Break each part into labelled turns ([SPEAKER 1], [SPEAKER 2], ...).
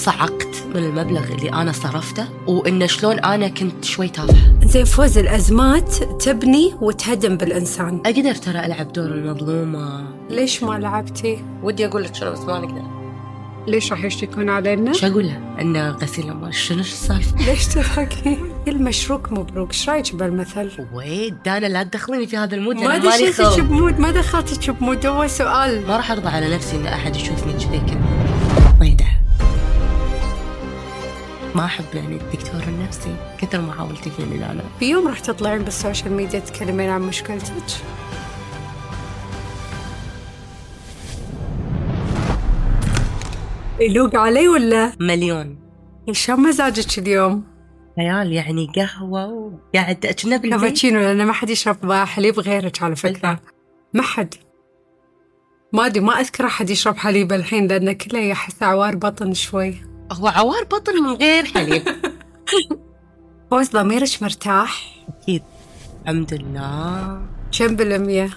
[SPEAKER 1] انصعقت من المبلغ اللي انا صرفته وانه شلون انا كنت شوي تافهه
[SPEAKER 2] زين فوز الأزمات تبني وتهدم بالإنسان
[SPEAKER 1] اقدر ترى العب دور المظلومه
[SPEAKER 2] ليش ما لعبتي؟
[SPEAKER 1] ودي اقول لك شنو بس ما نقدر
[SPEAKER 2] ليش راح يشتكون علينا؟
[SPEAKER 1] شو اقول له انه غسيل اموال شنو شو السالفه
[SPEAKER 2] ليش تضحكي؟ المشروك مبروك ايش رايك بالمثل؟
[SPEAKER 1] ويد دانا لا تدخليني في هذا المود
[SPEAKER 2] ما
[SPEAKER 1] لأن مالي
[SPEAKER 2] دشيتك
[SPEAKER 1] خلق
[SPEAKER 2] بمود ما دخلتك بمود هو سؤال
[SPEAKER 1] ما راح ارضى على نفسي ان احد يشوفني كذي كذا ضيدة ما احب يعني الدكتور النفسي كثر محاولتي فيه من انا
[SPEAKER 2] في يوم راح تطلعين بالسوشيال ميديا تتكلمين عن مشكلتك يلوق علي ولا؟
[SPEAKER 1] مليون
[SPEAKER 2] شلون مزاجك اليوم؟
[SPEAKER 1] خيال يعني قهوه وقاعد كنا بالبيت
[SPEAKER 2] كابتشينو لأن ما حد يشرب بقى حليب غيرك على فكرة ما حد ما أدري ما أذكر أحد يشرب حليب الحين لأن كله يحس عوار بطن شوي
[SPEAKER 1] هو عوار بطن من غير حليب
[SPEAKER 2] فوز ضميرك مرتاح؟
[SPEAKER 1] اكيد الحمد لله
[SPEAKER 2] كم بالمية؟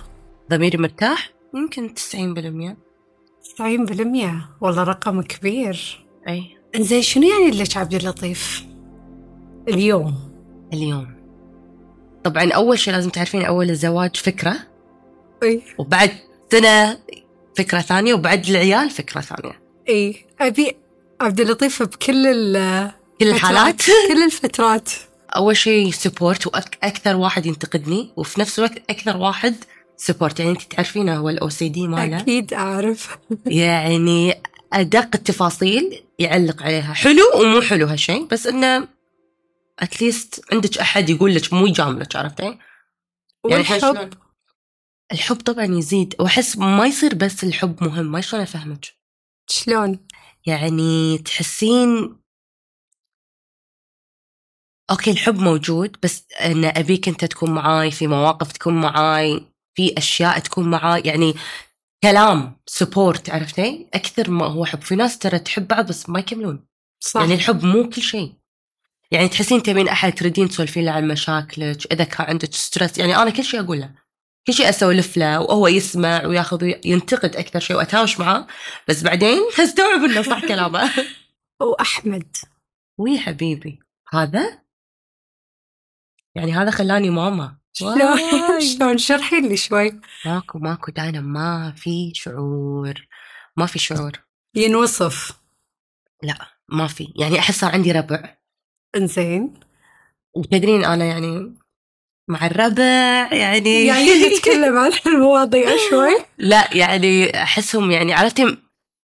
[SPEAKER 1] ضميري مرتاح يمكن 90%
[SPEAKER 2] 90 بالمية والله رقم كبير
[SPEAKER 1] اي
[SPEAKER 2] انزين شنو يعني لك عبد اللطيف؟ اليوم
[SPEAKER 1] اليوم طبعا اول شيء لازم تعرفين اول الزواج فكره
[SPEAKER 2] اي
[SPEAKER 1] وبعد سنه فكره ثانيه وبعد العيال فكره ثانيه
[SPEAKER 2] اي ابي عبد اللطيف بكل ال
[SPEAKER 1] كل الحالات
[SPEAKER 2] كل الفترات
[SPEAKER 1] اول شيء سبورت واكثر واحد ينتقدني وفي نفس الوقت اكثر واحد سبورت يعني انت تعرفينه هو الاو سي دي ماله
[SPEAKER 2] اكيد اعرف
[SPEAKER 1] يعني ادق التفاصيل يعلق عليها حلو ومو حلو هالشيء بس انه اتليست عندك احد يقول لك مو يجاملك عرفتي؟ يعني إحنا شلون؟
[SPEAKER 2] والحب
[SPEAKER 1] الحب طبعا يزيد واحس ما يصير بس الحب مهم ما شلون افهمك
[SPEAKER 2] شلون؟
[SPEAKER 1] يعني تحسين اوكي الحب موجود بس انا ابيك انت تكون معاي في مواقف تكون معاي في اشياء تكون معاي يعني كلام سبورت عرفتي اكثر ما هو حب في ناس ترى تحب بعض بس ما يكملون
[SPEAKER 2] صح
[SPEAKER 1] يعني الحب مو كل شيء يعني تحسين تبين احد تريدين تسولفين له عن مشاكلك اذا كان عندك ستريس يعني انا كل شيء اقول له كل شيء اسولف له وهو يسمع وياخذ وي- ينتقد اكثر شيء واتهاوش معاه بس بعدين استوعب انه صح كلامه
[SPEAKER 2] واحمد
[SPEAKER 1] وي حبيبي هذا يعني هذا خلاني ماما
[SPEAKER 2] شلون
[SPEAKER 1] واي.
[SPEAKER 2] شلون شرحي لي شوي
[SPEAKER 1] ماكو ماكو دانا ما في شعور ما في شعور
[SPEAKER 2] ينوصف
[SPEAKER 1] ما في يعني احس صار عندي ربع
[SPEAKER 2] انزين
[SPEAKER 1] يعني وتدرين انا يعني مع الربع يعني
[SPEAKER 2] يعني نتكلم عن المواضيع شوي
[SPEAKER 1] لا يعني احسهم يعني عرفتي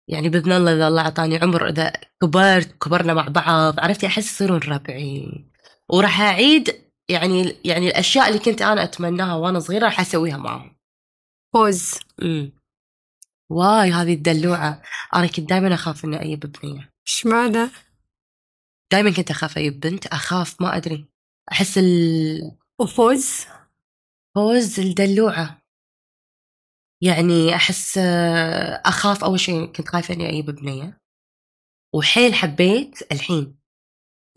[SPEAKER 1] يعني باذن الله اذا الله اعطاني عمر اذا كبرت كبرنا مع بعض عرفتي احس يصيرون ربعي وراح اعيد يعني يعني الاشياء اللي كنت انا اتمناها وانا صغيره راح اسويها معاهم
[SPEAKER 2] فوز
[SPEAKER 1] امم واي هذه الدلوعه انا كنت دائما اخاف اني اجيب بنيه
[SPEAKER 2] اشمعنى؟
[SPEAKER 1] دائما كنت اخاف اجيب بنت اخاف ما ادري احس الفوز
[SPEAKER 2] وفوز
[SPEAKER 1] الدلوعه يعني احس آه، اخاف اول شيء كنت خايفه اني اجيب بنيه وحيل حبيت الحين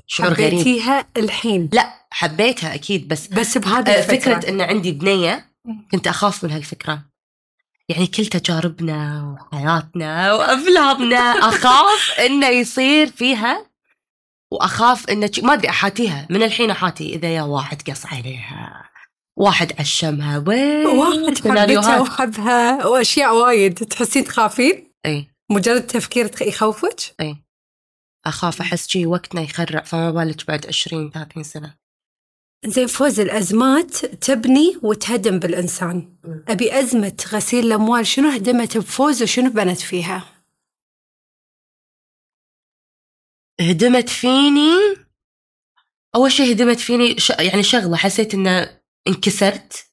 [SPEAKER 1] شعور غريب
[SPEAKER 2] حبيتيها الحين
[SPEAKER 1] لا حبيتها اكيد بس
[SPEAKER 2] بس
[SPEAKER 1] آه،
[SPEAKER 2] بهذه الفترة
[SPEAKER 1] فكرة إن عندي بنية كنت أخاف من هالفكرة يعني كل تجاربنا وحياتنا وأفلامنا أخاف إنه يصير فيها وأخاف إنه شي- ما أدري أحاتيها من الحين أحاتي إذا يا واحد قص عليها واحد عشمها وين
[SPEAKER 2] واحد حبتها وحبها واشياء وايد تحسين تخافين
[SPEAKER 1] إي
[SPEAKER 2] مجرد تفكير تخ- يخوفك
[SPEAKER 1] إي أخاف أحس شي وقتنا يخرع فما بالك بعد 20 30 سنة
[SPEAKER 2] زين فوز الازمات تبني وتهدم بالانسان ابي ازمه غسيل الاموال شنو هدمت بفوز وشنو بنت فيها
[SPEAKER 1] هدمت فيني اول شيء هدمت فيني ش... يعني شغله حسيت انه انكسرت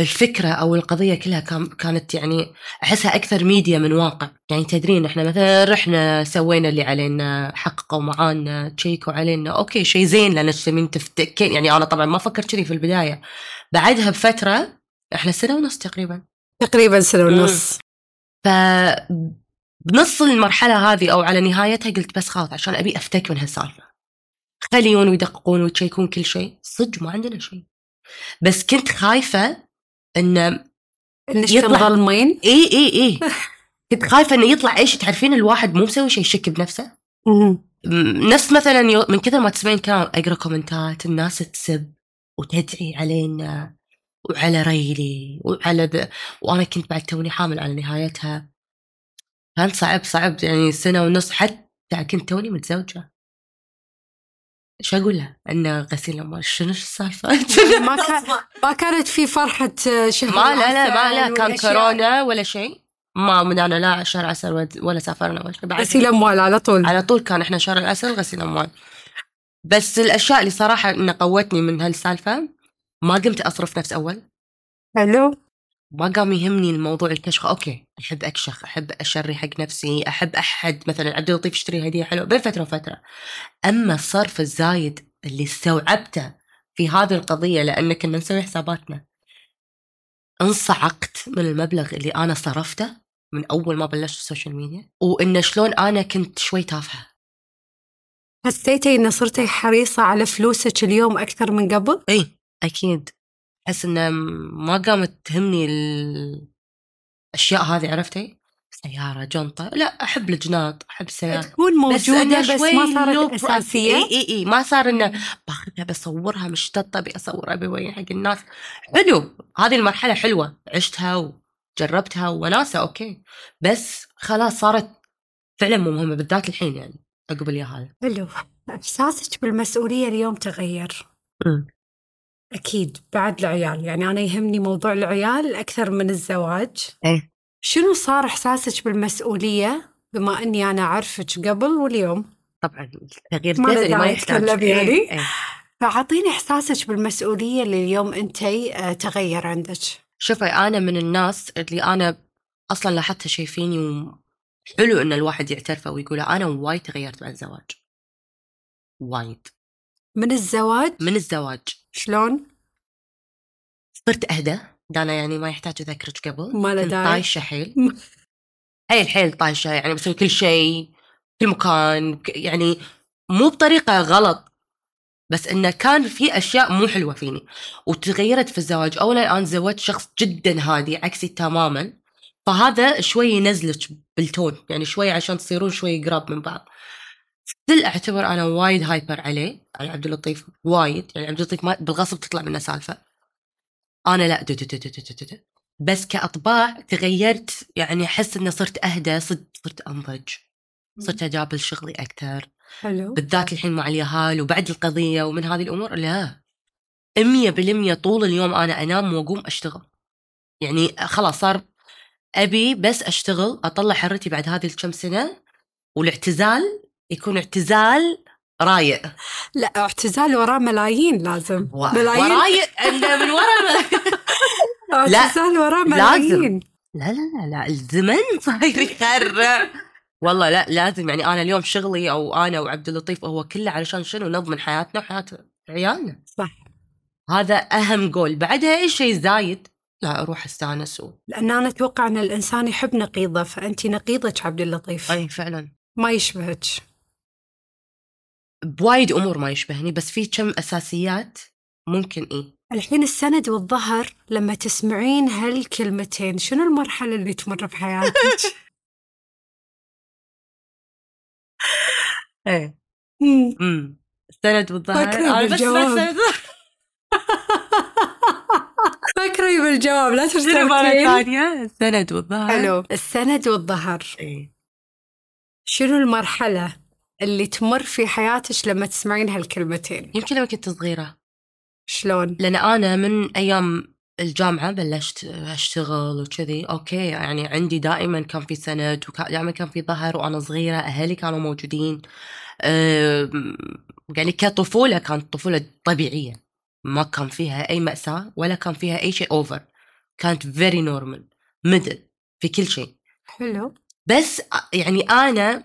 [SPEAKER 1] الفكره او القضيه كلها كان... كانت يعني احسها اكثر ميديا من واقع يعني تدرين احنا مثلا رحنا سوينا اللي علينا حققوا معانا تشيكوا علينا اوكي شيء زين لان تسمين تفتكين يعني انا طبعا ما فكرت كذي في البدايه بعدها بفتره احنا سنه ونص تقريبا
[SPEAKER 2] تقريبا سنه
[SPEAKER 1] مم.
[SPEAKER 2] ونص
[SPEAKER 1] ف بنص المرحلة هذه أو على نهايتها قلت بس خلاص عشان أبي أفتك من هالسالفة خليون ويدققون ويشيكون كل شيء صدق ما عندنا شيء بس كنت خايفة إن
[SPEAKER 2] انك
[SPEAKER 1] يطلع-
[SPEAKER 2] تنظلمين
[SPEAKER 1] إي إي إي كنت خايفه انه يطلع ايش تعرفين الواحد مو مسوي شيء يشك بنفسه
[SPEAKER 2] مم.
[SPEAKER 1] م- نفس مثلا يو- من كثر ما تسمعين كلام اقرا كومنتات الناس تسب وتدعي علينا وعلى ريلي وعلى ذا وانا كنت بعد توني حامل على نهايتها كان صعب صعب يعني سنه ونص حتى كنت توني متزوجه شو اقول لها؟ انه غسيل اموال شنو السالفه؟
[SPEAKER 2] ما, كان ما كانت في فرحة آه، شهر
[SPEAKER 1] ما لا لا ما لا
[SPEAKER 2] العسل
[SPEAKER 1] كان
[SPEAKER 2] والأشياء.
[SPEAKER 1] كورونا ولا شيء ما منعنا لا شهر عسل ولا- ولا سافرنا ولا شيء بعد
[SPEAKER 2] غسيل أموال على طول
[SPEAKER 1] على طول كان احنا شهر العسل غسيل اموال بس الاشياء اللي صراحه انه قوتني من هالسالفه ما قمت اصرف نفس اول
[SPEAKER 2] حلو
[SPEAKER 1] ما قام يهمني الموضوع الكشخ اوكي احب اكشخ احب اشري حق نفسي احب احد مثلا عبد اللطيف يشتري هديه حلوه بين فتره وفتره اما الصرف الزايد اللي استوعبته في هذه القضيه لان كنا نسوي حساباتنا انصعقت من المبلغ اللي انا صرفته من اول ما بلشت السوشيال ميديا وانه شلون انا كنت شوي تافهه
[SPEAKER 2] حسيتي إن صرتي حريصة على فلوسك اليوم أكثر من قبل؟
[SPEAKER 1] اي اكيد احس انه ما قامت تهمني الاشياء هذه عرفتي سياره جنطه لا احب الجناط احب السياره
[SPEAKER 2] تكون إيه، موجودة
[SPEAKER 1] أنا
[SPEAKER 2] بس,
[SPEAKER 1] شوي
[SPEAKER 2] ما
[SPEAKER 1] low
[SPEAKER 2] صارت
[SPEAKER 1] price.
[SPEAKER 2] أساسية
[SPEAKER 1] اي اي اي إيه، ما صار انه باخذها بصورها مشتطه بصورها بوين حق الناس حلو هذه المرحله حلوه عشتها وجربتها وناسه اوكي بس خلاص صارت فعلا مو مهمه بالذات الحين يعني عقب الياهال
[SPEAKER 2] حلو إحساسك بالمسؤولية اليوم تغير أكيد بعد العيال يعني أنا يهمني موضوع العيال أكثر من الزواج
[SPEAKER 1] إيه.
[SPEAKER 2] شنو صار إحساسك بالمسؤولية بما أني أنا أعرفك قبل واليوم
[SPEAKER 1] طبعا التغيير
[SPEAKER 2] ما
[SPEAKER 1] الجذري ما
[SPEAKER 2] داعي
[SPEAKER 1] يحتاج
[SPEAKER 2] أتكلم
[SPEAKER 1] إيه،
[SPEAKER 2] يعني.
[SPEAKER 1] إيه.
[SPEAKER 2] فأعطيني إحساسك بالمسؤولية اللي اليوم أنت آه، تغير عندك
[SPEAKER 1] شوفي انا من الناس اللي انا اصلا لاحظت شيء فيني وحلو ان الواحد يعترفه ويقول انا وايد تغيرت بعد الزواج وايد
[SPEAKER 2] من الزواج
[SPEAKER 1] من الزواج
[SPEAKER 2] شلون
[SPEAKER 1] صرت اهدى دانا يعني ما يحتاج اذكرك قبل
[SPEAKER 2] ما له
[SPEAKER 1] كنت
[SPEAKER 2] داعي.
[SPEAKER 1] طايشه حيل حيل حيل طايشه يعني بسوي كل شيء في مكان ك- يعني مو بطريقه غلط بس انه كان في اشياء مو حلوه فيني وتغيرت في الزواج اولا انا تزوجت شخص جدا هادي عكسي تماما فهذا شوي ينزلك بالتون يعني شوي عشان تصيرون شوي قراب من بعض ستيل اعتبر انا وايد هايبر عليه على عبد اللطيف وايد يعني عبد اللطيف ما بالغصب تطلع منه سالفه انا لا دو دو دو دو دو دو دو. بس كاطباع تغيرت يعني احس اني صرت اهدى صرت صرت انضج صرت اجابل شغلي اكثر
[SPEAKER 2] حلو
[SPEAKER 1] بالذات الحين مع اليهال وبعد القضية ومن هذه الأمور لا مية بالمية طول اليوم أنا أنام وأقوم أشتغل يعني خلاص صار أبي بس أشتغل أطلع حرتي بعد هذه الكم سنة والاعتزال يكون اعتزال رايق
[SPEAKER 2] لا اعتزال وراه ملايين لازم
[SPEAKER 1] و-
[SPEAKER 2] ملايين
[SPEAKER 1] ورايق إنه من ورا الملا- لا.
[SPEAKER 2] اعتزال وراه
[SPEAKER 1] لازم.
[SPEAKER 2] ملايين
[SPEAKER 1] لا لا لا لا الزمن صاير يخرع والله لا لازم يعني أنا اليوم شغلي أو أنا وعبد اللطيف هو كله علشان شنو نضمن حياتنا وحياة عيالنا
[SPEAKER 2] صح
[SPEAKER 1] هذا اهم جول بعدها اي شيء زايد لا اروح استانس و...
[SPEAKER 2] لان انا اتوقع ان الانسان يحب نقيضه فانت نقيضك عبد اللطيف
[SPEAKER 1] اي فعلا
[SPEAKER 2] ما يشبهك
[SPEAKER 1] بوايد امور ما يشبهني بس في كم اساسيات ممكن إيه. اي
[SPEAKER 2] الحين السند والظهر لما تسمعين هالكلمتين شنو المرحله اللي تمر بحياتك
[SPEAKER 1] ايه
[SPEAKER 2] مم.
[SPEAKER 1] امم السند والظهر
[SPEAKER 2] إيه. فكرة
[SPEAKER 1] أنا بس
[SPEAKER 2] بالجواب.
[SPEAKER 1] سمعت السند والظهر.
[SPEAKER 2] فكري بالجواب لا
[SPEAKER 1] شنو مرة
[SPEAKER 2] تستمتعين
[SPEAKER 1] ثانية السند والظهر
[SPEAKER 2] حلو السند والظهر
[SPEAKER 1] إيه.
[SPEAKER 2] شنو المرحلة اللي تمر في حياتك لما تسمعين هالكلمتين؟
[SPEAKER 1] يمكن لما كنت صغيرة
[SPEAKER 2] شلون؟
[SPEAKER 1] لان انا من ايام الجامعه بلشت اشتغل وكذي اوكي يعني عندي دائما كان في سند ودائما كان في ظهر وانا صغيره اهلي كانوا موجودين أم، يعني كطفوله كانت طفوله طبيعيه ما كان فيها اي ماساه ولا كان فيها اي شيء اوفر كانت فيري نورمال ميدل في كل شيء
[SPEAKER 2] حلو
[SPEAKER 1] بس أ- يعني انا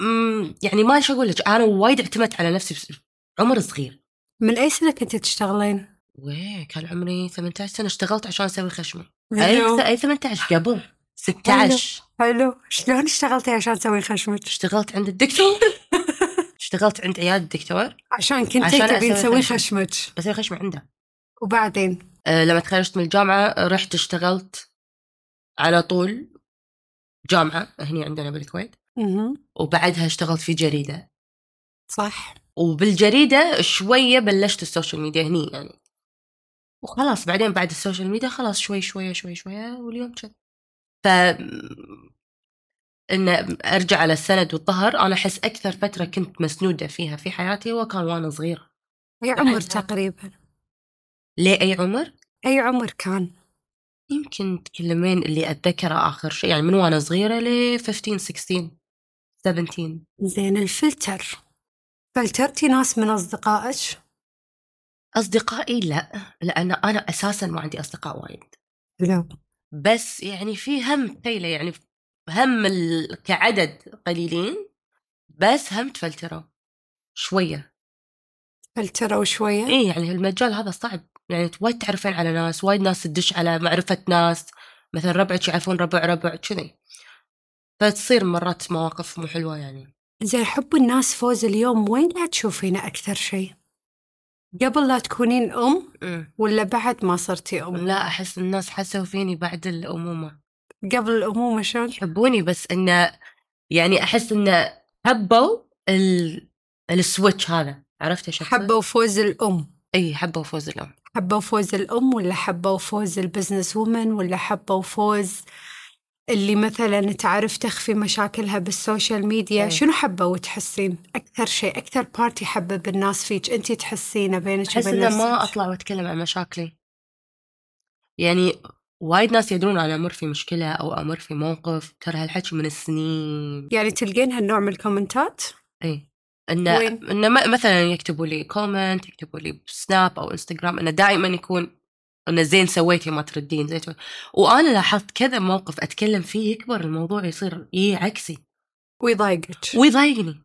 [SPEAKER 1] أم، يعني ما شو اقول لك انا وايد اعتمدت على نفسي بس- عمر صغير
[SPEAKER 2] من أي سنة كنت تشتغلين؟
[SPEAKER 1] ويه كان عمري 18 سنه اشتغلت عشان اسوي خشمه
[SPEAKER 2] حلو.
[SPEAKER 1] اي اي 18 قبل 16
[SPEAKER 2] حلو شلون اشتغلتي عشان تسوي خشمك؟
[SPEAKER 1] اشتغلت عند الدكتور اشتغلت عند عياده الدكتور
[SPEAKER 2] عشان كنتي
[SPEAKER 1] عشان أسوي
[SPEAKER 2] تبين تسوي
[SPEAKER 1] خشم.
[SPEAKER 2] خشمك
[SPEAKER 1] بسوي خشمه عنده آه،
[SPEAKER 2] وبعدين
[SPEAKER 1] أه لما تخرجت من الجامعه رحت اشتغلت على طول جامعه هني عندنا بالكويت
[SPEAKER 2] مهم.
[SPEAKER 1] وبعدها اشتغلت في جريده
[SPEAKER 2] صح
[SPEAKER 1] وبالجريده شويه بلشت السوشيال ميديا هني يعني وخلاص بعدين بعد السوشيال ميديا خلاص شوي شوي شوي شوي واليوم كذا ف ان ارجع على السند والظهر انا احس اكثر فتره كنت مسنوده فيها في حياتي وكان وانا صغيره
[SPEAKER 2] أي عمر
[SPEAKER 1] أحسها.
[SPEAKER 2] تقريبا
[SPEAKER 1] ليه اي عمر
[SPEAKER 2] أي عمر كان
[SPEAKER 1] يمكن تكلمين اللي اتذكره اخر شيء يعني من وانا صغيره ل 15 16 17
[SPEAKER 2] زين الفلتر فلترتي ناس من أصدقائك
[SPEAKER 1] اصدقائي لا لان انا اساسا ما عندي اصدقاء وايد
[SPEAKER 2] لا
[SPEAKER 1] بس يعني في هم تيلة يعني هم ال... كعدد قليلين بس هم تفلتروا شوية
[SPEAKER 2] فلتروا شوية
[SPEAKER 1] اي يعني المجال هذا صعب يعني أنت وايد تعرفين على ناس وايد ناس تدش على معرفة ناس مثلا ربعك يعرفون ربع ربع كذي فتصير مرات مواقف مو حلوة يعني
[SPEAKER 2] زين حب الناس فوز اليوم وين لا تشوفينه أكثر شيء قبل لا تكونين أم
[SPEAKER 1] أمم.
[SPEAKER 2] ولا بعد ما صرتي أم
[SPEAKER 1] لا احس الناس حسوا فيني بعد الامومة
[SPEAKER 2] قبل الأمومة شلون
[SPEAKER 1] يحبوني بس انه يعني احس انه حبوا ال... السويتش هذا عرفت ايش أقصد؟
[SPEAKER 2] حبوا فوز الأم
[SPEAKER 1] اي حبوا فوز الام
[SPEAKER 2] حبوا فوز الأم ولا حبوا فوز البزنس وومن ولا حبوا فوز اللي مثلا تعرف تخفي مشاكلها بالسوشيال ميديا
[SPEAKER 1] إيه.
[SPEAKER 2] شنو حبوا تحسين أكثر شيء أكثر بارتي حبب الناس فيك أنت تحسينه بينك
[SPEAKER 1] احس
[SPEAKER 2] وبين
[SPEAKER 1] انه ما
[SPEAKER 2] نفسك
[SPEAKER 1] اطلع واتكلم عن مشاكلي يعني وايد ناس يدرون انا امر في مشكله او امر في موقف ترى هالحكي من السنين إيه.
[SPEAKER 2] يعني تلقين هالنوع من الكومنتات
[SPEAKER 1] اي انه
[SPEAKER 2] وين؟
[SPEAKER 1] انه م- مثلا يكتبوا لي كومنت يكتبوا لي بسناب او انستغرام انه دائما يكون انه زين سويتي ما تردين زين سويتي. وانا لاحظت كذا موقف اتكلم فيه يكبر الموضوع يصير اي عكسي
[SPEAKER 2] ويضايقك
[SPEAKER 1] ويضايقني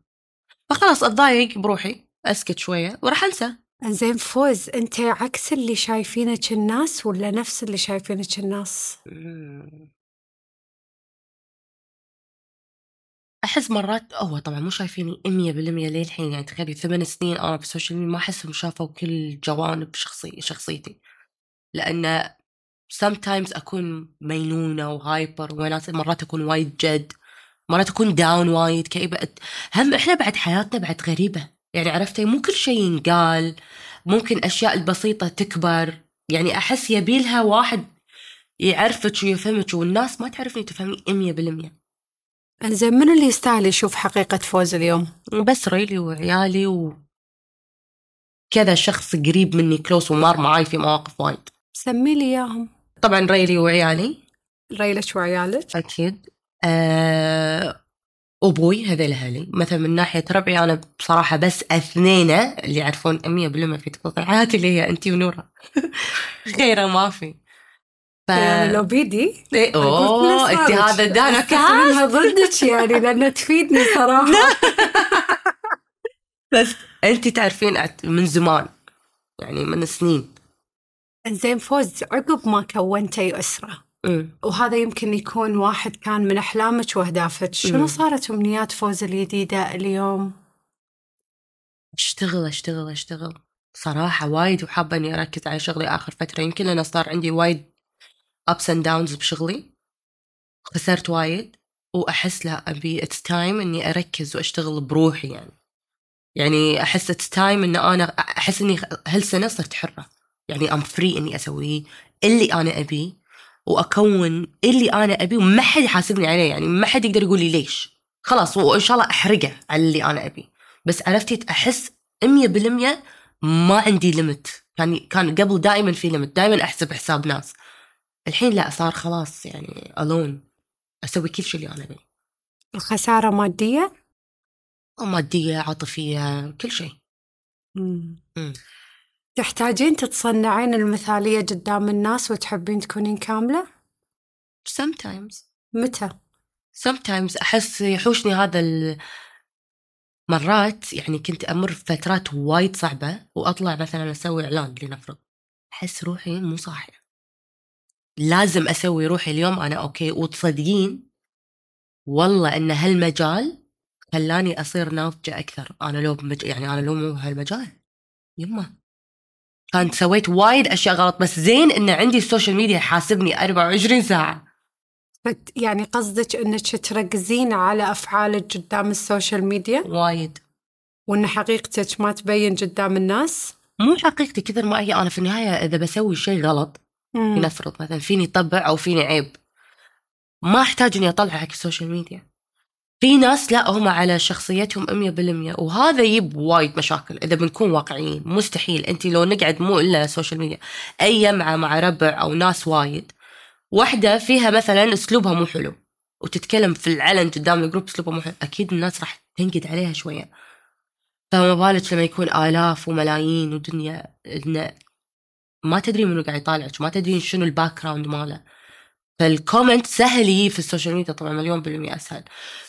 [SPEAKER 1] فخلاص اتضايق بروحي اسكت شويه وراح انسى
[SPEAKER 2] زين فوز انت عكس اللي شايفينك الناس ولا نفس اللي شايفينك الناس
[SPEAKER 1] مم. احس مرات هو طبعا مو شايفيني 100% للحين يعني تخيلي ثمان سنين انا بالسوشيال ميديا ما احسهم شافوا كل جوانب شخصي شخصيتي لان sometimes اكون مينونه وهايبر ومرات مرات اكون وايد جد مرات اكون داون وايد كئيبه أت- هم احنا بعد حياتنا بعد غريبه يعني عرفتي مو كل شيء ينقال ممكن اشياء البسيطه تكبر يعني احس يبيلها واحد يعرفك ويفهمك والناس ما تعرفني تفهمني
[SPEAKER 2] زين منو اللي يستاهل يشوف حقيقة فوز اليوم؟
[SPEAKER 1] 100% بس ريلي وعيالي وكذا شخص قريب مني كلوس ومار معاي في مواقف وايد
[SPEAKER 2] سمي لي اياهم
[SPEAKER 1] طبعا ريلي وعيالي
[SPEAKER 2] ريلك وعيالك
[SPEAKER 1] اكيد أه ابوي هذول اهلي مثلا من ناحيه ربعي انا بصراحه بس اثنين اللي يعرفون 100% في تفاصيل حياتي اللي هي انتي ونوره غيره ما في ف
[SPEAKER 2] يعني لو بيدي
[SPEAKER 1] إيه،
[SPEAKER 2] قلت
[SPEAKER 1] اوه
[SPEAKER 2] لك
[SPEAKER 1] انت
[SPEAKER 2] صارت.
[SPEAKER 1] هذا دانا كاس
[SPEAKER 2] استخدمها ضدك يعني لأنها تفيدني صراحة
[SPEAKER 1] بس انت تعرفين أت- من زمان يعني من سنين
[SPEAKER 2] زين فوز عقب ما كونتي أسرة
[SPEAKER 1] أمم.
[SPEAKER 2] وهذا يمكن يكون واحد كان من أحلامك وأهدافك شنو
[SPEAKER 1] مم.
[SPEAKER 2] صارت أمنيات فوز الجديدة اليوم؟
[SPEAKER 1] اشتغل اشتغل اشتغل صراحة وايد وحابة اني اركز على شغلي اخر فترة يمكن لان صار عندي وايد ups and downs بشغلي خسرت وايد واحس لا ابي اتس تايم اني اركز واشتغل بروحي يعني يعني احس اتس تايم ان انا احس اني هالسنة صرت حرة يعني ام فري اني اسوي اللي انا ابيه واكون اللي انا ابيه وما حد يحاسبني عليه يعني ما حد يقدر يقول لي ليش خلاص وان شاء الله احرقه على اللي انا ابيه بس عرفتي احس 100% ما عندي ليمت يعني كان قبل دائما في ليمت دائما احسب حساب ناس الحين لا صار خلاص يعني الون اسوي كل شيء اللي انا ابيه
[SPEAKER 2] الخسارة مادية؟
[SPEAKER 1] ماديه عاطفيه كل شيء مم.
[SPEAKER 2] تحتاجين تتصنعين المثالية قدام الناس وتحبين تكونين كاملة؟
[SPEAKER 1] sometimes
[SPEAKER 2] متى؟
[SPEAKER 1] sometimes احس يحوشني هذا ال... مرات يعني كنت امر بفترات وايد صعبه واطلع مثلا اسوي اعلان لنفرض احس روحي مو صاحيه لازم اسوي روحي اليوم انا اوكي وتصدقين والله ان هالمجال خلاني اصير ناضجه اكثر انا لو بمج... يعني انا لو مو هالمجال يما كانت سويت وايد اشياء غلط بس زين ان عندي السوشيال ميديا حاسبني 24 ساعه
[SPEAKER 2] فت- يعني قصدك انك تركزين على افعالك قدام السوشيال ميديا
[SPEAKER 1] وايد
[SPEAKER 2] وان حقيقتك ما تبين قدام الناس
[SPEAKER 1] مو حقيقتي كثر ما هي انا في النهايه اذا بسوي شيء غلط
[SPEAKER 2] مم.
[SPEAKER 1] لنفرض مثلا فيني طبع او فيني عيب ما احتاج اني اطلعه حق السوشيال ميديا في ناس لا هم على شخصيتهم 100% وهذا يجيب وايد مشاكل اذا بنكون واقعيين مستحيل انت لو نقعد مو الا سوشيال ميديا اي جمعه مع ربع او ناس وايد واحده فيها مثلا اسلوبها مو حلو وتتكلم في العلن قدام الجروب اسلوبها مو حلو اكيد الناس راح تنقد عليها شويه فما بالك لما يكون الاف وملايين ودنيا إن ما تدري منو قاعد يطالعك ما تدري شنو الباك جراوند ماله فالكومنت سهل يجي في السوشيال ميديا طبعا مليون بالمية اسهل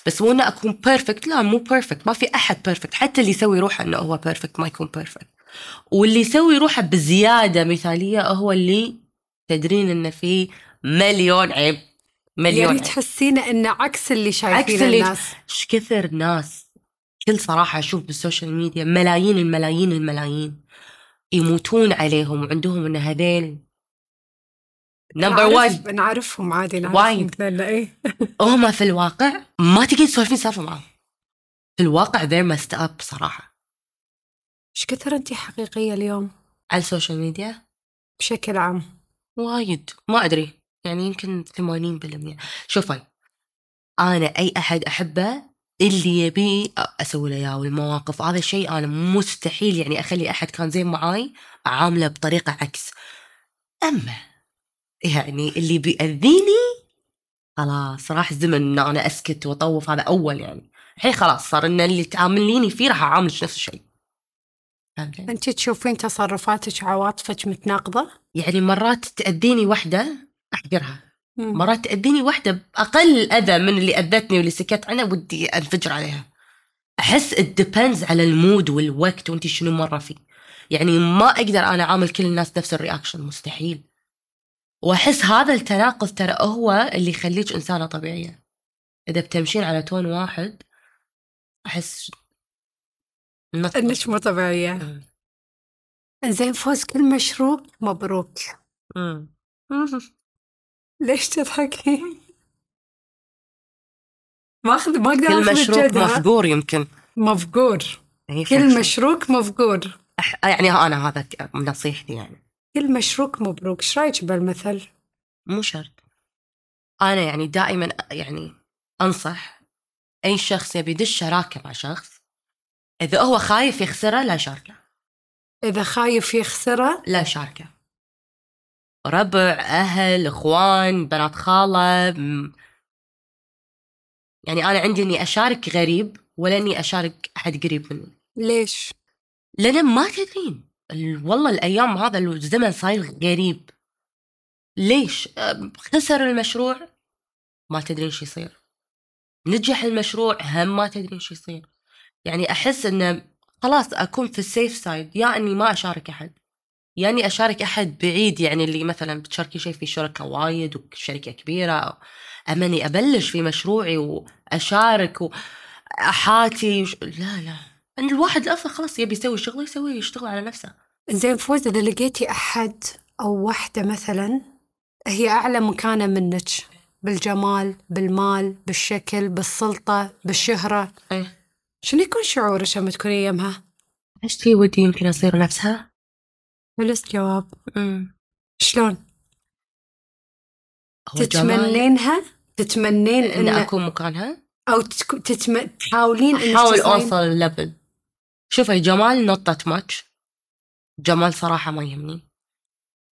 [SPEAKER 1] بس مو انه اكون بيرفكت لا مو بيرفكت ما في احد بيرفكت حتى اللي يسوي روحه انه هو بيرفكت ما يكون بيرفكت واللي يسوي روحه بزياده مثاليه هو اللي تدرين انه في مليون عيب مليون
[SPEAKER 2] يعني
[SPEAKER 1] عيب.
[SPEAKER 2] تحسين انه عكس اللي
[SPEAKER 1] عكس
[SPEAKER 2] شايفينه
[SPEAKER 1] اللي-
[SPEAKER 2] الناس
[SPEAKER 1] ايش كثر ناس كل صراحة أشوف بالسوشيال ميديا ملايين الملايين الملايين يموتون عليهم وعندهم إن هذيل نمبر
[SPEAKER 2] نعرف-
[SPEAKER 1] 1
[SPEAKER 2] نعرفهم إيه. عادي
[SPEAKER 1] وايد.
[SPEAKER 2] نعرفهم اي
[SPEAKER 1] هم في الواقع ما تقين تسولفين سالفة معهم في الواقع ذي ماست اب صراحة
[SPEAKER 2] ايش كثر انت حقيقيه اليوم
[SPEAKER 1] على السوشيال ميديا
[SPEAKER 2] بشكل عام
[SPEAKER 1] وايد ما أدري يعني يمكن 80% شوفي أنا أي أحد أحبه اللي يبي أ- أسوي له إياه والمواقف هذا الشيء أنا مستحيل يعني أخلي أحد كان زين معاي أعامله بطريقة عكس أما يعني اللي بيأذيني خلاص راح زمن إن أنا أسكت وأطوف هذا أول يعني الحين خلاص صار إن اللي تعامليني فيه راح أعاملك نفس الشيء فهمتي؟
[SPEAKER 2] انت تشوفين تصرفاتك عواطفك متناقضه
[SPEAKER 1] يعني مرات تأذيني وحدة أحقرها
[SPEAKER 2] مم.
[SPEAKER 1] مرات تأذيني واحدة بأقل أذى من اللي أذتني واللي سكت عنها ودي أنفجر عليها أحس it depends على المود والوقت وأنت شنو مرة فيه يعني ما أقدر أنا أعامل كل الناس نفس الرياكشن مستحيل وأحس هذا التناقض ترى هو اللي يخليك إنسانة طبيعية إذا بتمشين على تون واحد أحس not-
[SPEAKER 2] انك مو طبيعيه
[SPEAKER 1] مم.
[SPEAKER 2] انزين فوز كل مشروب مبروك
[SPEAKER 1] مم.
[SPEAKER 2] ليش تضحكين؟ ما اخذ ما اقدر
[SPEAKER 1] كل
[SPEAKER 2] اخذ
[SPEAKER 1] مشروب
[SPEAKER 2] الجد، ها؟
[SPEAKER 1] مفقور يمكن
[SPEAKER 2] مفقور
[SPEAKER 1] هي
[SPEAKER 2] كل
[SPEAKER 1] فكرة.
[SPEAKER 2] مشروك مفقور
[SPEAKER 1] أح- يعني أنا هذا ك- نصيحتي يعني
[SPEAKER 2] كل مشروك مبروك ايش رايك بالمثل؟
[SPEAKER 1] مو شرط انا يعني دائما يعني انصح اي شخص يبي يدش شراكه مع شخص اذا هو خايف يخسره لا يشاركه
[SPEAKER 2] اذا خايف يخسره
[SPEAKER 1] لا يشاركه ربع اهل اخوان بنات خاله م- يعني انا عندي اني اشارك غريب ولا اني اشارك احد قريب مني
[SPEAKER 2] ليش؟
[SPEAKER 1] لان ما تدرين ال- والله الايام هذا الزمن صاير غريب ليش أم، خسر المشروع ما تدرين شو يصير نجح المشروع هم ما تدرين شو يصير يعني احس انه خلاص اكون في السيف سايد يا اني ما اشارك احد يا اني اشارك احد بعيد يعني اللي مثلا بتشاركي شيء في شركه وايد وشركه كبيره أو اما اني ابلش في مشروعي واشارك واحاتي وش... لا لا ان الواحد اصلا خلاص يبي يسوي شغله يسويه يشتغل على نفسه
[SPEAKER 2] زين فوز اذا لقيتي احد او وحده مثلا هي اعلى مكانه منك بالجمال، بالمال، بالشكل، بالسلطه، بالشهره،
[SPEAKER 1] ايه
[SPEAKER 2] شنو يكون شعورك لما تكوني يمها؟
[SPEAKER 1] ايش في ودي يمكن اصير نفسها؟
[SPEAKER 2] فلس جواب
[SPEAKER 1] امم
[SPEAKER 2] شلون؟
[SPEAKER 1] هو جمال
[SPEAKER 2] تتمنينها؟ تتمنين
[SPEAKER 1] ان
[SPEAKER 2] ان
[SPEAKER 1] اكون مكانها
[SPEAKER 2] او تك... تتم... تحاولين إنك
[SPEAKER 1] احاول
[SPEAKER 2] تصنعين-
[SPEAKER 1] اوصل الليفل شوفي جمال نطت ماتش جمال صراحه ما يهمني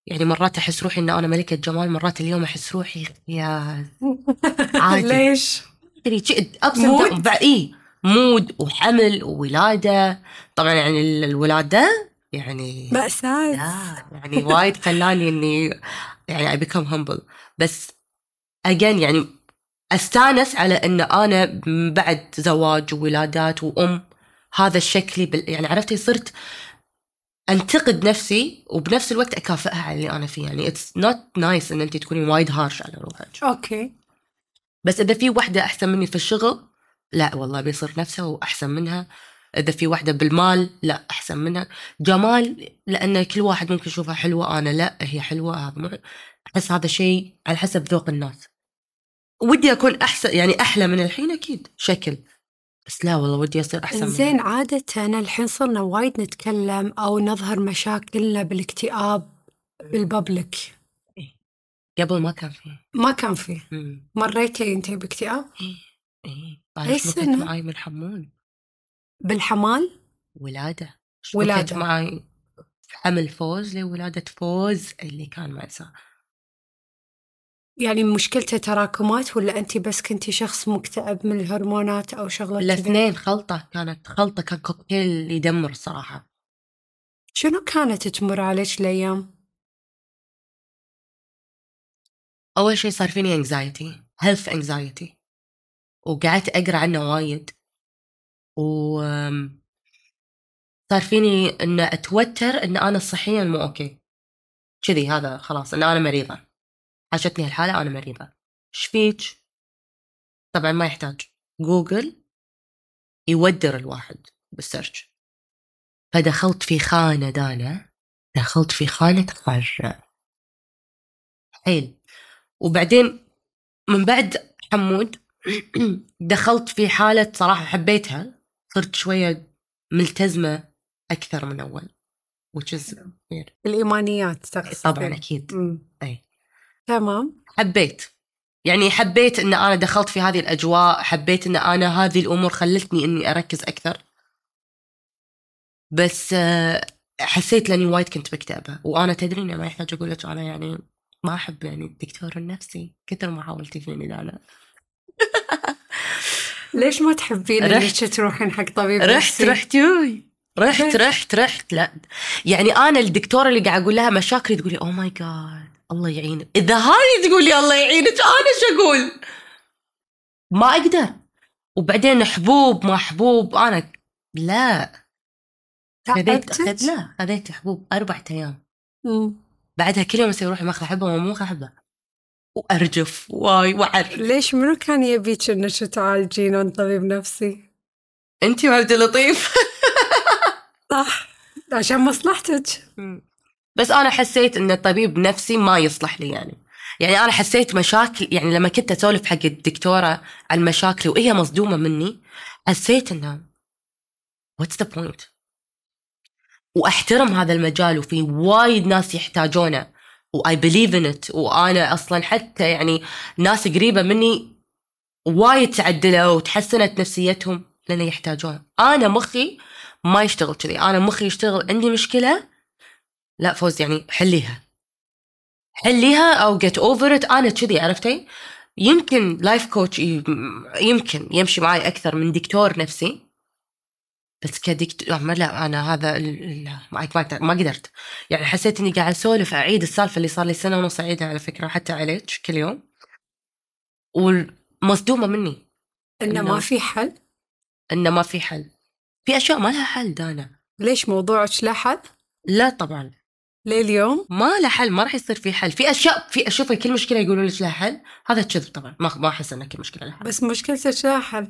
[SPEAKER 1] يعني مرات احس روحي ان انا ملكه جمال مرات اليوم احس روحي يا عادي
[SPEAKER 2] ليش؟
[SPEAKER 1] تدري شيء ابس
[SPEAKER 2] مود؟
[SPEAKER 1] مود اي مود إيه. وحمل وولاده طبعا يعني ال- الولاده يعني
[SPEAKER 2] مأساة
[SPEAKER 1] لا يعني وايد خلاني اني يعني اي بيكم همبل بس اجين يعني استانس على ان انا من بعد زواج وولادات وام هذا شكلي بال... يعني عرفتي صرت انتقد نفسي وبنفس الوقت اكافئها على اللي انا فيه يعني اتس نوت نايس ان انت تكوني وايد هارش على روحك
[SPEAKER 2] اوكي
[SPEAKER 1] بس اذا في وحده احسن مني في الشغل لا والله بيصير نفسها واحسن منها اذا في وحده بالمال لا احسن منها جمال لان كل واحد ممكن يشوفها حلوه انا لا هي حلوه هذا مو- احس هذا شيء على حسب ذوق الناس ودي اكون احسن يعني احلى من الحين اكيد شكل بس لا والله ودي اصير احسن من
[SPEAKER 2] زين عادة الحين صرنا وايد نتكلم أو نظهر مشاكلنا بالاكتئاب بالببليك
[SPEAKER 1] قبل ما كان في
[SPEAKER 2] ما كان في
[SPEAKER 1] مم.
[SPEAKER 2] مريتي أنت باكتئاب
[SPEAKER 1] ايه
[SPEAKER 2] أي
[SPEAKER 1] بعرف شو كنت
[SPEAKER 2] سنة؟
[SPEAKER 1] معاي من حمول
[SPEAKER 2] بالحمال
[SPEAKER 1] ولاده شو
[SPEAKER 2] ولادة.
[SPEAKER 1] كنت معاي في حمل فوز لولاده فوز اللي كان مع ساره
[SPEAKER 2] يعني مشكلته تراكمات ولا أنت بس كنتي شخص مكتئب من الهرمونات أو شغلة كذا؟
[SPEAKER 1] الاثنين خلطه كانت خلطه كان كوكتيل يدمر صراحه
[SPEAKER 2] شنو كانت تمر عليك الأيام؟
[SPEAKER 1] اول شيء صار فيني انكزايتي هيلث انكزايتي وقعدت اقرا عنه وايد و أم، صار فيني ان اتوتر ان انا صحيا مو اوكي كذي هذا خلاص ان انا مريضه عاشتني الحاله انا مريضه ايش فيك طبعا ما يحتاج جوجل يودر الواحد بالسيرش فدخلت في خانه دانا دخلت في خانه خرة حيل وبعدين من بعد حمود دخلت في حالة صراحة حبيتها صرت شوية ملتزمة أكثر من أول which is weird.
[SPEAKER 2] الإيمانيات تقصدين.
[SPEAKER 1] طبعا أكيد
[SPEAKER 2] أمم.
[SPEAKER 1] أي.
[SPEAKER 2] تمام
[SPEAKER 1] حبيت يعني حبيت أن أنا دخلت في هذه الأجواء حبيت أن أنا هذه الأمور خلتني أني أركز أكثر بس آه، حسيت لأني وايد كنت مكتئبة وأنا تدري أني ما يحتاج أقول لك أنا يعني ما أحب يعني الدكتور النفسي كثر ما حاولتي فيني لا لا
[SPEAKER 2] ليش ما تحبين انك
[SPEAKER 1] رحت-
[SPEAKER 2] تروحين حق طبيب
[SPEAKER 1] رحت
[SPEAKER 2] نفسي؟
[SPEAKER 1] رحت يوي رحت رحت رحت لا يعني انا الدكتوره اللي قاعد اقول لها مشاكلي تقول لي اوه ماي جاد الله يعينك اذا هذه تقول لي الله يعينك انا شو اقول؟ ما اقدر وبعدين حبوب ما حبوب انا لا خذيت
[SPEAKER 2] تعبتك؟
[SPEAKER 1] خذ لا خذيت حبوب اربع ايام
[SPEAKER 2] أمم.
[SPEAKER 1] بعدها كل يوم اسوي روحي ماخذه حبه ومو ماخذه حبه وارجف واي واعرف
[SPEAKER 2] ليش منو كان يبيك انك تعالجين عند طبيب نفسي؟
[SPEAKER 1] انت وعبد اللطيف
[SPEAKER 2] صح عشان مصلحتك
[SPEAKER 1] بس انا حسيت ان الطبيب نفسي ما يصلح لي يعني يعني انا حسيت مشاكل يعني لما كنت اسولف حق الدكتوره عن مشاكلي وهي مصدومه مني حسيت انه واتس ذا بوينت واحترم هذا المجال وفي وايد ناس يحتاجونه واي بليف ان ات وانا اصلا حتى يعني ناس قريبه مني وايد تعدلوا وتحسنت نفسيتهم لانه يحتاجون انا مخي ما يشتغل كذي انا مخي يشتغل عندي مشكله لا فوز يعني حليها حليها او جيت اوفر ات انا كذي عرفتي يمكن لايف كوتش يمكن يمشي معي اكثر من دكتور نفسي بس كدكتور ما لا انا هذا ال- ال- لا، ما أقدر- ما قدرت يعني حسيت اني قاعد اسولف اعيد السالفه اللي صار لي سنه ونص اعيدها على فكره حتى عليك كل يوم ومصدومه مني
[SPEAKER 2] انه ما
[SPEAKER 1] إنه-
[SPEAKER 2] في حل؟
[SPEAKER 1] انه ما في حل في اشياء ما لها حل دانا
[SPEAKER 2] ليش موضوعك لا حل؟
[SPEAKER 1] لا طبعا
[SPEAKER 2] لليوم؟
[SPEAKER 1] ما له حل ما راح يصير في حل في اشياء في اشوف كل مشكله يقولون لك لها حل هذا كذب طبعا ما ما احس ان كل مشكله لها حل
[SPEAKER 2] بس مشكلتك لا حل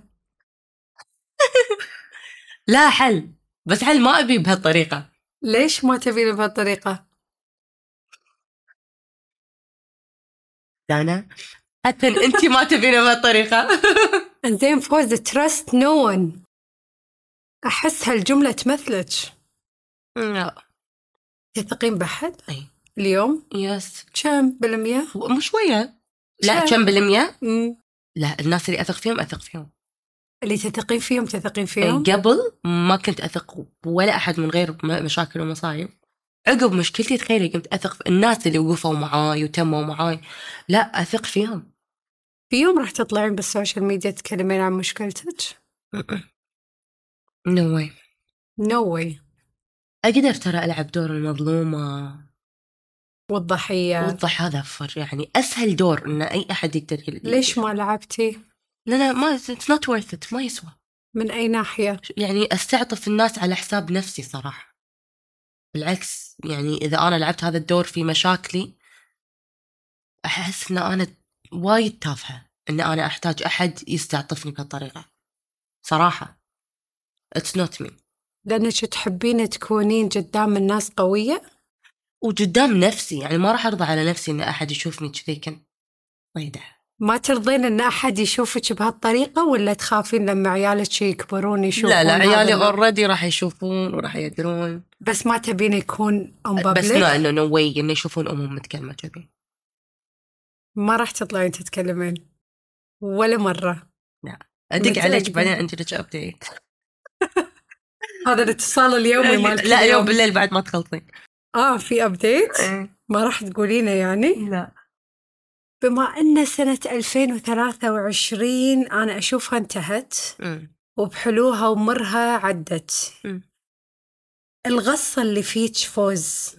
[SPEAKER 1] لا حل بس حل ما ابي بهالطريقه
[SPEAKER 2] ليش ما تبين بهالطريقة؟
[SPEAKER 1] دانا حتى انت ما تبينه بهالطريقه
[SPEAKER 2] زين فوز تراست نو ون احس هالجملة تمثلك
[SPEAKER 1] لا
[SPEAKER 2] تثقين بحد؟
[SPEAKER 1] أي.
[SPEAKER 2] اليوم
[SPEAKER 1] يس
[SPEAKER 2] كم بالمية؟
[SPEAKER 1] مو شويه لا
[SPEAKER 2] شايف.
[SPEAKER 1] كم بالمية؟
[SPEAKER 2] أمم.
[SPEAKER 1] لا الناس اللي اثق فيهم اثق فيهم
[SPEAKER 2] اللي تثقين فيهم تثقين
[SPEAKER 1] إيه،
[SPEAKER 2] فيهم؟
[SPEAKER 1] قبل ما كنت اثق ولا احد من غير م- مشاكل ومصايب عقب مشكلتي تخيلي قمت اثق في الناس اللي وقفوا معاي وتموا معاي لا اثق فيهم
[SPEAKER 2] في يوم راح تطلعين بالسوشيال ميديا تتكلمين عن مشكلتك؟
[SPEAKER 1] نو no way.
[SPEAKER 2] نو واي
[SPEAKER 1] اقدر ترى العب دور المظلومه
[SPEAKER 2] والضحية
[SPEAKER 1] اوضح هذا فر يعني اسهل دور ان اي احد يقدر يل-
[SPEAKER 2] ليش ما لعبتي؟
[SPEAKER 1] لا لا ما اتس نوت ورث ات ما يسوى
[SPEAKER 2] من أي ناحية؟
[SPEAKER 1] يعني استعطف الناس على حساب نفسي صراحه بالعكس يعني اذا انا لعبت هذا الدور في مشاكلي احس ان انا وايد تافهه ان انا احتاج احد يستعطفني بهالطريقه صراحه اتس نوت مي
[SPEAKER 2] لأنك تحبين تكونين قدام الناس قوية؟
[SPEAKER 1] وقدام نفسي يعني ما راح ارضى على نفسي ان احد يشوفني كذي كنت ضيدعه
[SPEAKER 2] ما ترضين ان احد يشوفك بهالطريقه ولا تخافين لما عيالك يكبرون يشوفون
[SPEAKER 1] لا لا
[SPEAKER 2] هذا
[SPEAKER 1] عيالي
[SPEAKER 2] الم-
[SPEAKER 1] اوريدي راح يشوفون وراح يدرون
[SPEAKER 2] بس ما تبين يكون ان
[SPEAKER 1] بس
[SPEAKER 2] بس
[SPEAKER 1] لا انه نو واي انه يشوفون امهم متكلمه كذي
[SPEAKER 2] ما راح تطلعين تتكلمين ولا مره
[SPEAKER 1] ادق
[SPEAKER 2] متأكدة.
[SPEAKER 1] عليك بعدين عندي لك ابديت
[SPEAKER 2] هذا الاتصال اليومي مالك
[SPEAKER 1] لا
[SPEAKER 2] اليوم.
[SPEAKER 1] يوم إيه. بالليل بعد ما تخلطين
[SPEAKER 2] اه في ابديت ما راح تقولينه يعني
[SPEAKER 1] لا
[SPEAKER 2] بما ان سنه 2023 انا اشوفها انتهت
[SPEAKER 1] أمم.
[SPEAKER 2] وبحلوها ومرها عدت
[SPEAKER 1] مم.
[SPEAKER 2] الغصة اللي فيك فوز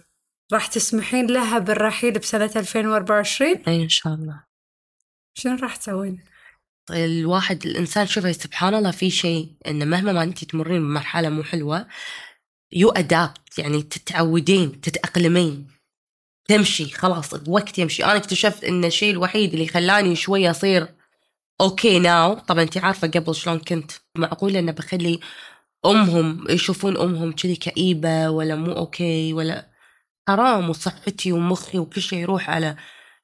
[SPEAKER 2] راح تسمحين لها بالرحيل بسنة 2024
[SPEAKER 1] اي ان إيه، شاء الله
[SPEAKER 2] شنو راح تسوين؟
[SPEAKER 1] الواحد الانسان شوفه سبحان الله في شيء انه مهما ما انت تمرين بمرحله مو حلوه يو ادابت يعني تتعودين تتاقلمين تمشي خلاص الوقت يمشي انا اكتشفت ان الشيء الوحيد اللي خلاني شويه اصير اوكي ناو طبعا انت عارفه قبل شلون كنت معقوله انه بخلي امهم يشوفون امهم كذي كئيبه ولا مو اوكي ولا حرام وصحتي ومخي وكل شيء يروح على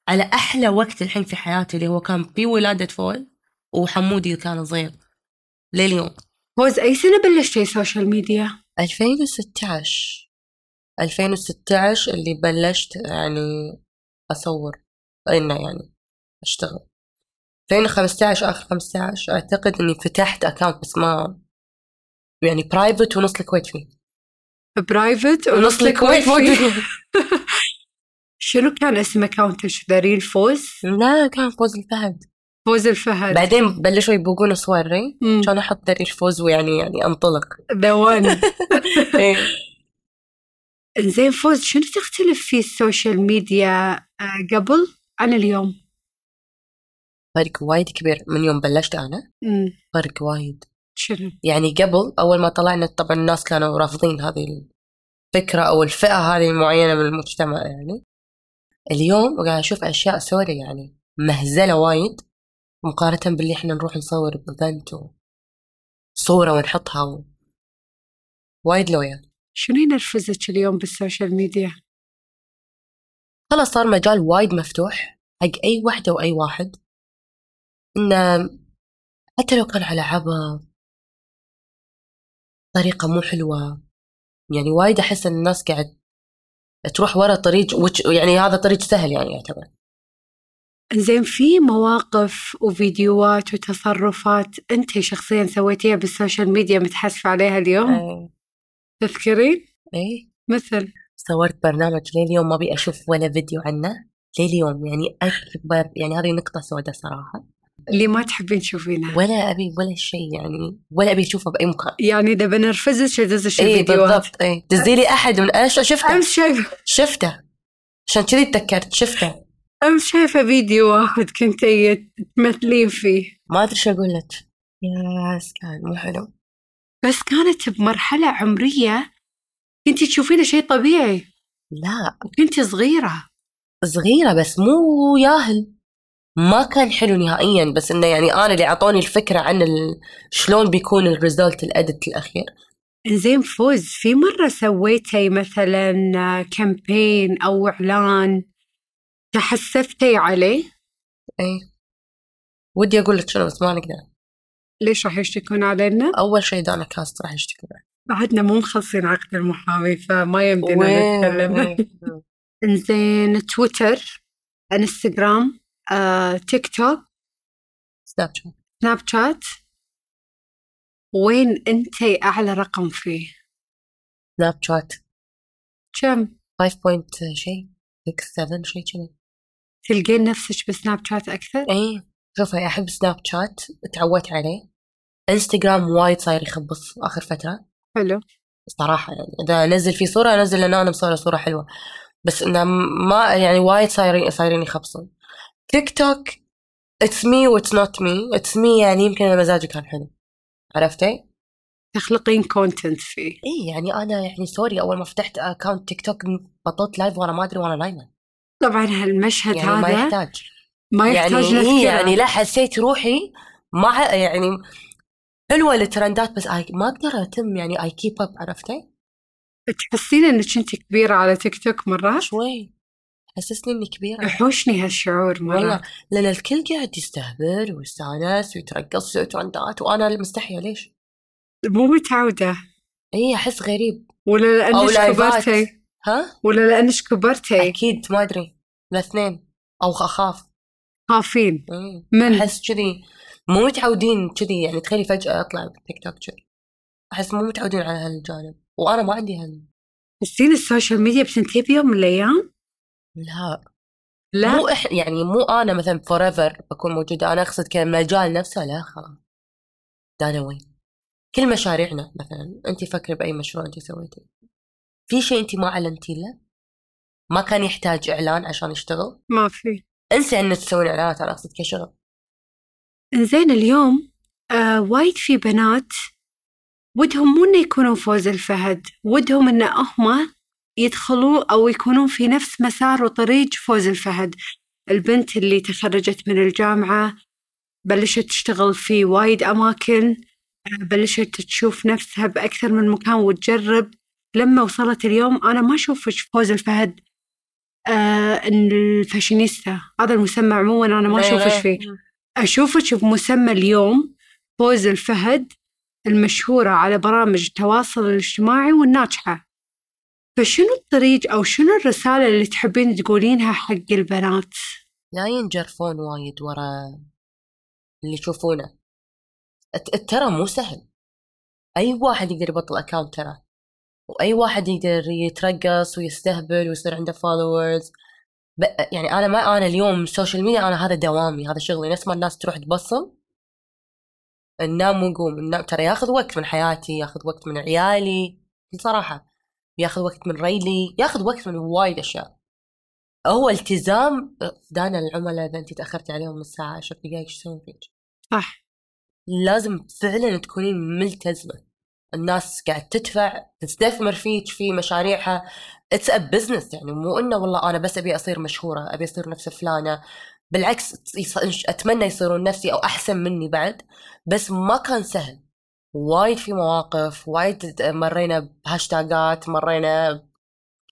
[SPEAKER 1] على احلى وقت الحين في حياتي اللي هو كان في ولاده فول وحمودي كان صغير لليوم
[SPEAKER 2] فوز أي سنة بلشتي سوشيال ميديا؟
[SPEAKER 1] 2016 2016 اللي بلشت يعني أصور إنه يعني أشتغل 2015 آخر 15 أعتقد إني فتحت أكاونت بس ما يعني برايفت ونص الكويت فيه
[SPEAKER 2] برايفت
[SPEAKER 1] ونص الكويت
[SPEAKER 2] فيه.
[SPEAKER 1] فوق
[SPEAKER 2] شنو كان اسم اكونتك دارين فوز؟
[SPEAKER 1] لا كان فوز الفهد
[SPEAKER 2] فوز الفهد
[SPEAKER 1] بعدين بلشوا يبوقون صوري
[SPEAKER 2] مم.
[SPEAKER 1] كان أحط دليل فوز ويعني يعني أنطلق
[SPEAKER 2] ذا وان
[SPEAKER 1] إيه.
[SPEAKER 2] زين فوز شنو تختلف في السوشيال ميديا آه، قبل عن اليوم؟
[SPEAKER 1] فرق وايد كبير من يوم بلشت أنا
[SPEAKER 2] مم.
[SPEAKER 1] فرق وايد
[SPEAKER 2] شنو؟
[SPEAKER 1] يعني قبل اول ما طلعنا طبعا الناس كانوا رافضين هذه الفكره او الفئه هذه المعينه من المجتمع يعني اليوم قاعد اشوف اشياء سوري يعني مهزله وايد مقارنه باللي احنا نروح نصور بايفنت صوره ونحطها و... وايد لويا
[SPEAKER 2] شنو ينرفزك اليوم بالسوشيال ميديا؟
[SPEAKER 1] خلاص صار مجال وايد مفتوح حق اي وحده واي واحد انه حتى لو كان على عبا طريقة مو حلوة يعني وايد احس ان الناس قاعد تروح ورا طريق which- يعني هذا طريق سهل يعني يعتبر
[SPEAKER 2] زين في مواقف وفيديوهات وتصرفات انت شخصيا سويتيها بالسوشيال ميديا متحسفه عليها اليوم تذكرين
[SPEAKER 1] ايه
[SPEAKER 2] مثل
[SPEAKER 1] صورت برنامج لليوم ما ابي اشوف ولا فيديو عنه لليوم يعني اكبر يعني هذه نقطة سوداء صراحة
[SPEAKER 2] اللي ما تحبين تشوفينها
[SPEAKER 1] ولا ابي ولا شيء يعني ولا ابي اشوفه باي مكان
[SPEAKER 2] يعني اذا بنرفزك ادزش
[SPEAKER 1] اي
[SPEAKER 2] الفيديوهات
[SPEAKER 1] بالضبط اي دزي لي احد من انا شفته
[SPEAKER 2] امس شايفه
[SPEAKER 1] شفته عشان كذي تذكرت شفته
[SPEAKER 2] امس شايفه فيديو واحد كنتي تمثلين فيه
[SPEAKER 1] ما ادري شو اقول لك ياس كان مو حلو
[SPEAKER 2] بس كانت بمرحله عمريه كنتي تشوفينه شيء طبيعي
[SPEAKER 1] لا
[SPEAKER 2] وكنتي صغيره
[SPEAKER 1] صغيره بس مو ياهل ما كان حلو نهائيا بس انه يعني انا اللي اعطوني الفكره عن ال... شلون بيكون الريزلت الادت الاخير
[SPEAKER 2] زين فوز في مرة سويتي مثلا كامبين أو إعلان تحسفتي عليه
[SPEAKER 1] اي ودي اقول لك شنو بس ما نقدر
[SPEAKER 2] ليش راح يشتكون علينا؟
[SPEAKER 1] اول شيء دانا كاست راح يشتكي بعد.
[SPEAKER 2] بعدنا مو مخلصين عقد المحامي فما يمدينا نتكلم
[SPEAKER 1] وين- وين.
[SPEAKER 2] زين تويتر انستغرام آه، تيك توك
[SPEAKER 1] سناب شات
[SPEAKER 2] سناب شات وين انتي اعلى رقم فيه؟
[SPEAKER 1] سناب شات
[SPEAKER 2] كم؟
[SPEAKER 1] 5 بوينت شيء 6 7 شيء كذي
[SPEAKER 2] تلقين نفسك بسناب شات اكثر؟
[SPEAKER 1] اي شوفي احب سناب شات تعودت عليه انستغرام وايد صاير يخبص اخر فتره
[SPEAKER 2] حلو
[SPEAKER 1] صراحه يعني اذا انزل فيه صوره انزل لان انا مصوره صوره حلوه بس انه ما يعني وايد صايرين صايرين يخبصون تيك توك اتس مي واتس نوت مي اتس مي يعني يمكن أنا مزاجي كان حلو عرفتي؟
[SPEAKER 2] تخلقين كونتنت فيه
[SPEAKER 1] اي يعني انا يعني سوري اول ما فتحت اكونت تيك توك بطلت لايف وانا ما ادري وانا نايمه
[SPEAKER 2] طبعا هالمشهد
[SPEAKER 1] يعني ما
[SPEAKER 2] هذا
[SPEAKER 1] يحتاج
[SPEAKER 2] ما
[SPEAKER 1] يعني
[SPEAKER 2] يحتاج
[SPEAKER 1] إيه
[SPEAKER 2] نذكره
[SPEAKER 1] يعني لا حسيت روحي مع يعني حلوه الترندات بس I- ما اقدر اتم يعني اي كيب اب عرفتي؟
[SPEAKER 2] تحسين انك انت كبيره على تيك توك مرات
[SPEAKER 1] شوي حسسني اني
[SPEAKER 2] إيه،
[SPEAKER 1] كبيره
[SPEAKER 2] يحوشني هالشعور مرة
[SPEAKER 1] والله لان الكل قاعد يستهبل ويستانس ويترقص ويسوي ترندات وانا المستحيه ليش؟
[SPEAKER 2] مو متعودة
[SPEAKER 1] اي احس غريب
[SPEAKER 2] ولا
[SPEAKER 1] أو
[SPEAKER 2] لأنش
[SPEAKER 1] لايفات.
[SPEAKER 2] كبرتي
[SPEAKER 1] ها؟
[SPEAKER 2] ولا لأنش كبرتي
[SPEAKER 1] اكيد ما ادري الاثنين او اخاف
[SPEAKER 2] خافين
[SPEAKER 1] مم.
[SPEAKER 2] من
[SPEAKER 1] احس كذي مو متعودين كذي يعني تخيلي فجاه اطلع تيك توك كذي احس مو متعودين على هالجانب وانا ما عندي هال
[SPEAKER 2] تحسين السوشيال ميديا بتنتهي بيوم من الأيام؟
[SPEAKER 1] لا
[SPEAKER 2] لا
[SPEAKER 1] مو احنا يعني مو انا مثلا فور ايفر بكون موجوده انا اقصد كمجال نفسه لا خلاص دانا وين كل مشاريعنا مثلا انت فكري باي مشروع انت سويتيه في شيء انت ما اعلنتي له ما كان يحتاج اعلان عشان يشتغل
[SPEAKER 2] ما في
[SPEAKER 1] انسى انك تسوين اعلانات انا اقصد كشغل
[SPEAKER 2] انزين اليوم آه وايد في بنات ودهم مو انه يكونون فوز الفهد ودهم ان هم يدخلون او يكونون في نفس مسار وطريق فوز الفهد البنت اللي تخرجت من الجامعة بلشت تشتغل في وايد أماكن آه، بلشت تشوف نفسها بأكثر من مكان وتجرب لما وصلت اليوم أنا ما أشوف فوز الفهد آه إن الفاشينيستا هذا المسمى عموما أنا ما
[SPEAKER 1] لا،
[SPEAKER 2] أشوفش
[SPEAKER 1] لا.
[SPEAKER 2] فيه أشوفك بمسمى اليوم فوز الفهد المشهورة على برامج التواصل الاجتماعي والناجحة فشنو الطريق أو شنو الرسالة اللي تحبين تقولينها حق البنات؟
[SPEAKER 1] لا ينجرفون وايد ورا اللي يشوفونه الت- ترى مو سهل اي واحد يقدر يبطل اكاونت ترى واي واحد يقدر يترقص ويستهبل ويصير عنده فولورز يعني انا ما انا اليوم السوشيال ميديا انا هذا دوامي هذا شغلي نفس ما الناس تروح تبصم النام وقوم النام ترى ياخذ وقت من حياتي ياخذ وقت من عيالي بصراحة ياخذ وقت من ريلي ياخذ وقت من وايد اشياء هو التزام دانا العملاء اذا انت تاخرتي عليهم من الساعة 10 دقائق ايش يسوون فيك؟
[SPEAKER 2] صح
[SPEAKER 1] لازم فعلا تكونين ملتزمة الناس قاعد تدفع تستثمر فيك في مشاريعها اتس ا بزنس يعني مو انه والله انا بس ابي اصير مشهورة ابي اصير نفس فلانة بالعكس يص- اتمنى يصيرون نفسي او احسن مني بعد بس ما كان سهل وايد في مواقف وايد مرينا بهاشتاجات مرينا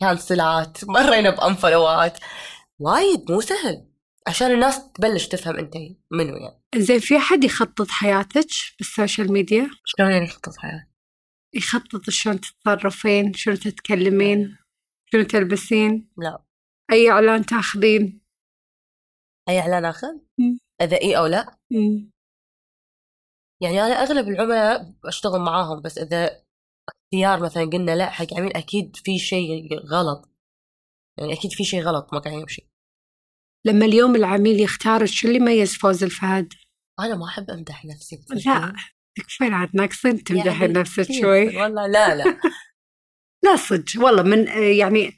[SPEAKER 1] كانسلات مرينا بانفلوات وايد مو سهل عشان الناس تبلش تفهم انت منو يعني
[SPEAKER 2] زين في حد يخطط حياتك بالسوشيال ميديا؟
[SPEAKER 1] شلون يعني خطط حياتك
[SPEAKER 2] يخطط شلون تتصرفين؟ شلون تتكلمين؟ شلون تلبسين؟
[SPEAKER 1] لا
[SPEAKER 2] أي إعلان تاخذين؟
[SPEAKER 1] اي اعلان اخذ
[SPEAKER 2] مم.
[SPEAKER 1] اذا اي او لا
[SPEAKER 2] مم.
[SPEAKER 1] يعني انا اغلب العملاء اشتغل معاهم بس اذا اختيار مثلا قلنا لا حق عميل اكيد في شيء غلط يعني اكيد في شيء غلط ما قاعد يمشي
[SPEAKER 2] لما اليوم العميل يختارك شو اللي يميز فوز الفهد؟
[SPEAKER 1] انا ما احب امدح نفسي
[SPEAKER 2] لا تكفين عاد ناقصين تمدحين
[SPEAKER 1] يعني
[SPEAKER 2] نفسك
[SPEAKER 1] كثير.
[SPEAKER 2] شوي
[SPEAKER 1] والله لا لا
[SPEAKER 2] لا صدق والله من يعني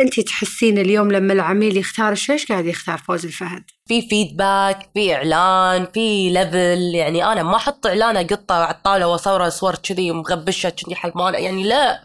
[SPEAKER 2] انت تحسين اليوم لما العميل يختار شيء ايش قاعد يختار فوز الفهد
[SPEAKER 1] في فيدباك في اعلان في ليفل يعني انا ما احط اعلانه قطه على الطاوله واصوره صور كذي مغبشه كذي حلمانه يعني لا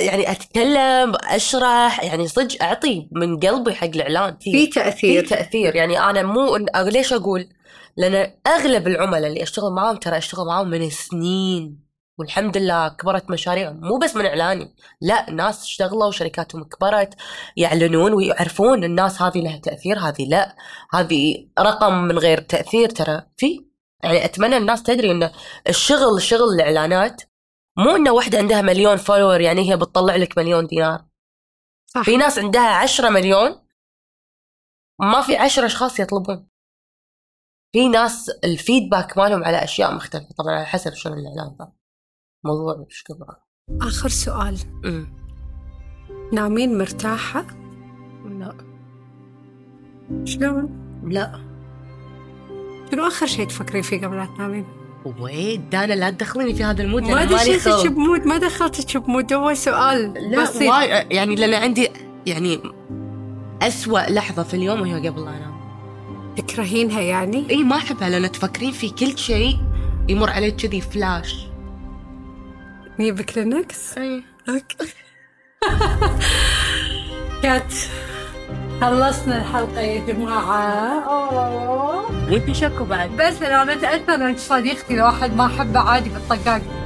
[SPEAKER 1] يعني اتكلم اشرح يعني صدق اعطي من قلبي حق الاعلان
[SPEAKER 2] في
[SPEAKER 1] إيه. في
[SPEAKER 2] تاثير
[SPEAKER 1] تاثير يعني انا مو إن- أغ- ليش اقول؟ لان اغلب العملاء اللي اشتغل معاهم ترى اشتغل معاهم من سنين والحمد لله كبرت مشاريعهم مو بس من اعلاني لا ناس اشتغلوا وشركاتهم كبرت يعلنون ويعرفون الناس هذه لها تاثير هذه لا هذه رقم من غير تاثير ترى في يعني اتمنى الناس تدري ان الشغل شغل الاعلانات مو انه واحده عندها مليون فولور يعني هي بتطلع لك مليون دينار
[SPEAKER 2] صح
[SPEAKER 1] في ناس عندها عشرة مليون ما في عشرة أشخاص يطلبون في ناس الفيدباك مالهم على أشياء مختلفة طبعا على حسب شنو الإعلان ذا موضوع مش كبر
[SPEAKER 2] اخر سؤال نامين مرتاحه
[SPEAKER 1] لا
[SPEAKER 2] شلون
[SPEAKER 1] لا
[SPEAKER 2] شنو اخر شيء تفكرين فيه قبل لا تنامين
[SPEAKER 1] ويد دانا لا تدخليني في هذا المود
[SPEAKER 2] ما
[SPEAKER 1] لأن مالي
[SPEAKER 2] دشيتك
[SPEAKER 1] خلق
[SPEAKER 2] بمود ما دخلتك بمود هو سؤال
[SPEAKER 1] لا
[SPEAKER 2] بسيط
[SPEAKER 1] واي يعني لأن عندي يعني أسوأ لحظة في اليوم وهي قبل لا أنام
[SPEAKER 2] تكرهينها يعني
[SPEAKER 1] اي ما احبها لان تفكرين في كل شيء يمر عليك كذي فلاش
[SPEAKER 2] نجيب كلينكس
[SPEAKER 1] اي
[SPEAKER 2] اوكي كات خلصنا الحلقه يا جماعه أوه.
[SPEAKER 1] وانت شكو بعد
[SPEAKER 2] بس انا اتاثر ان صديقتي لو واحد ما احبه عادي بالطقاق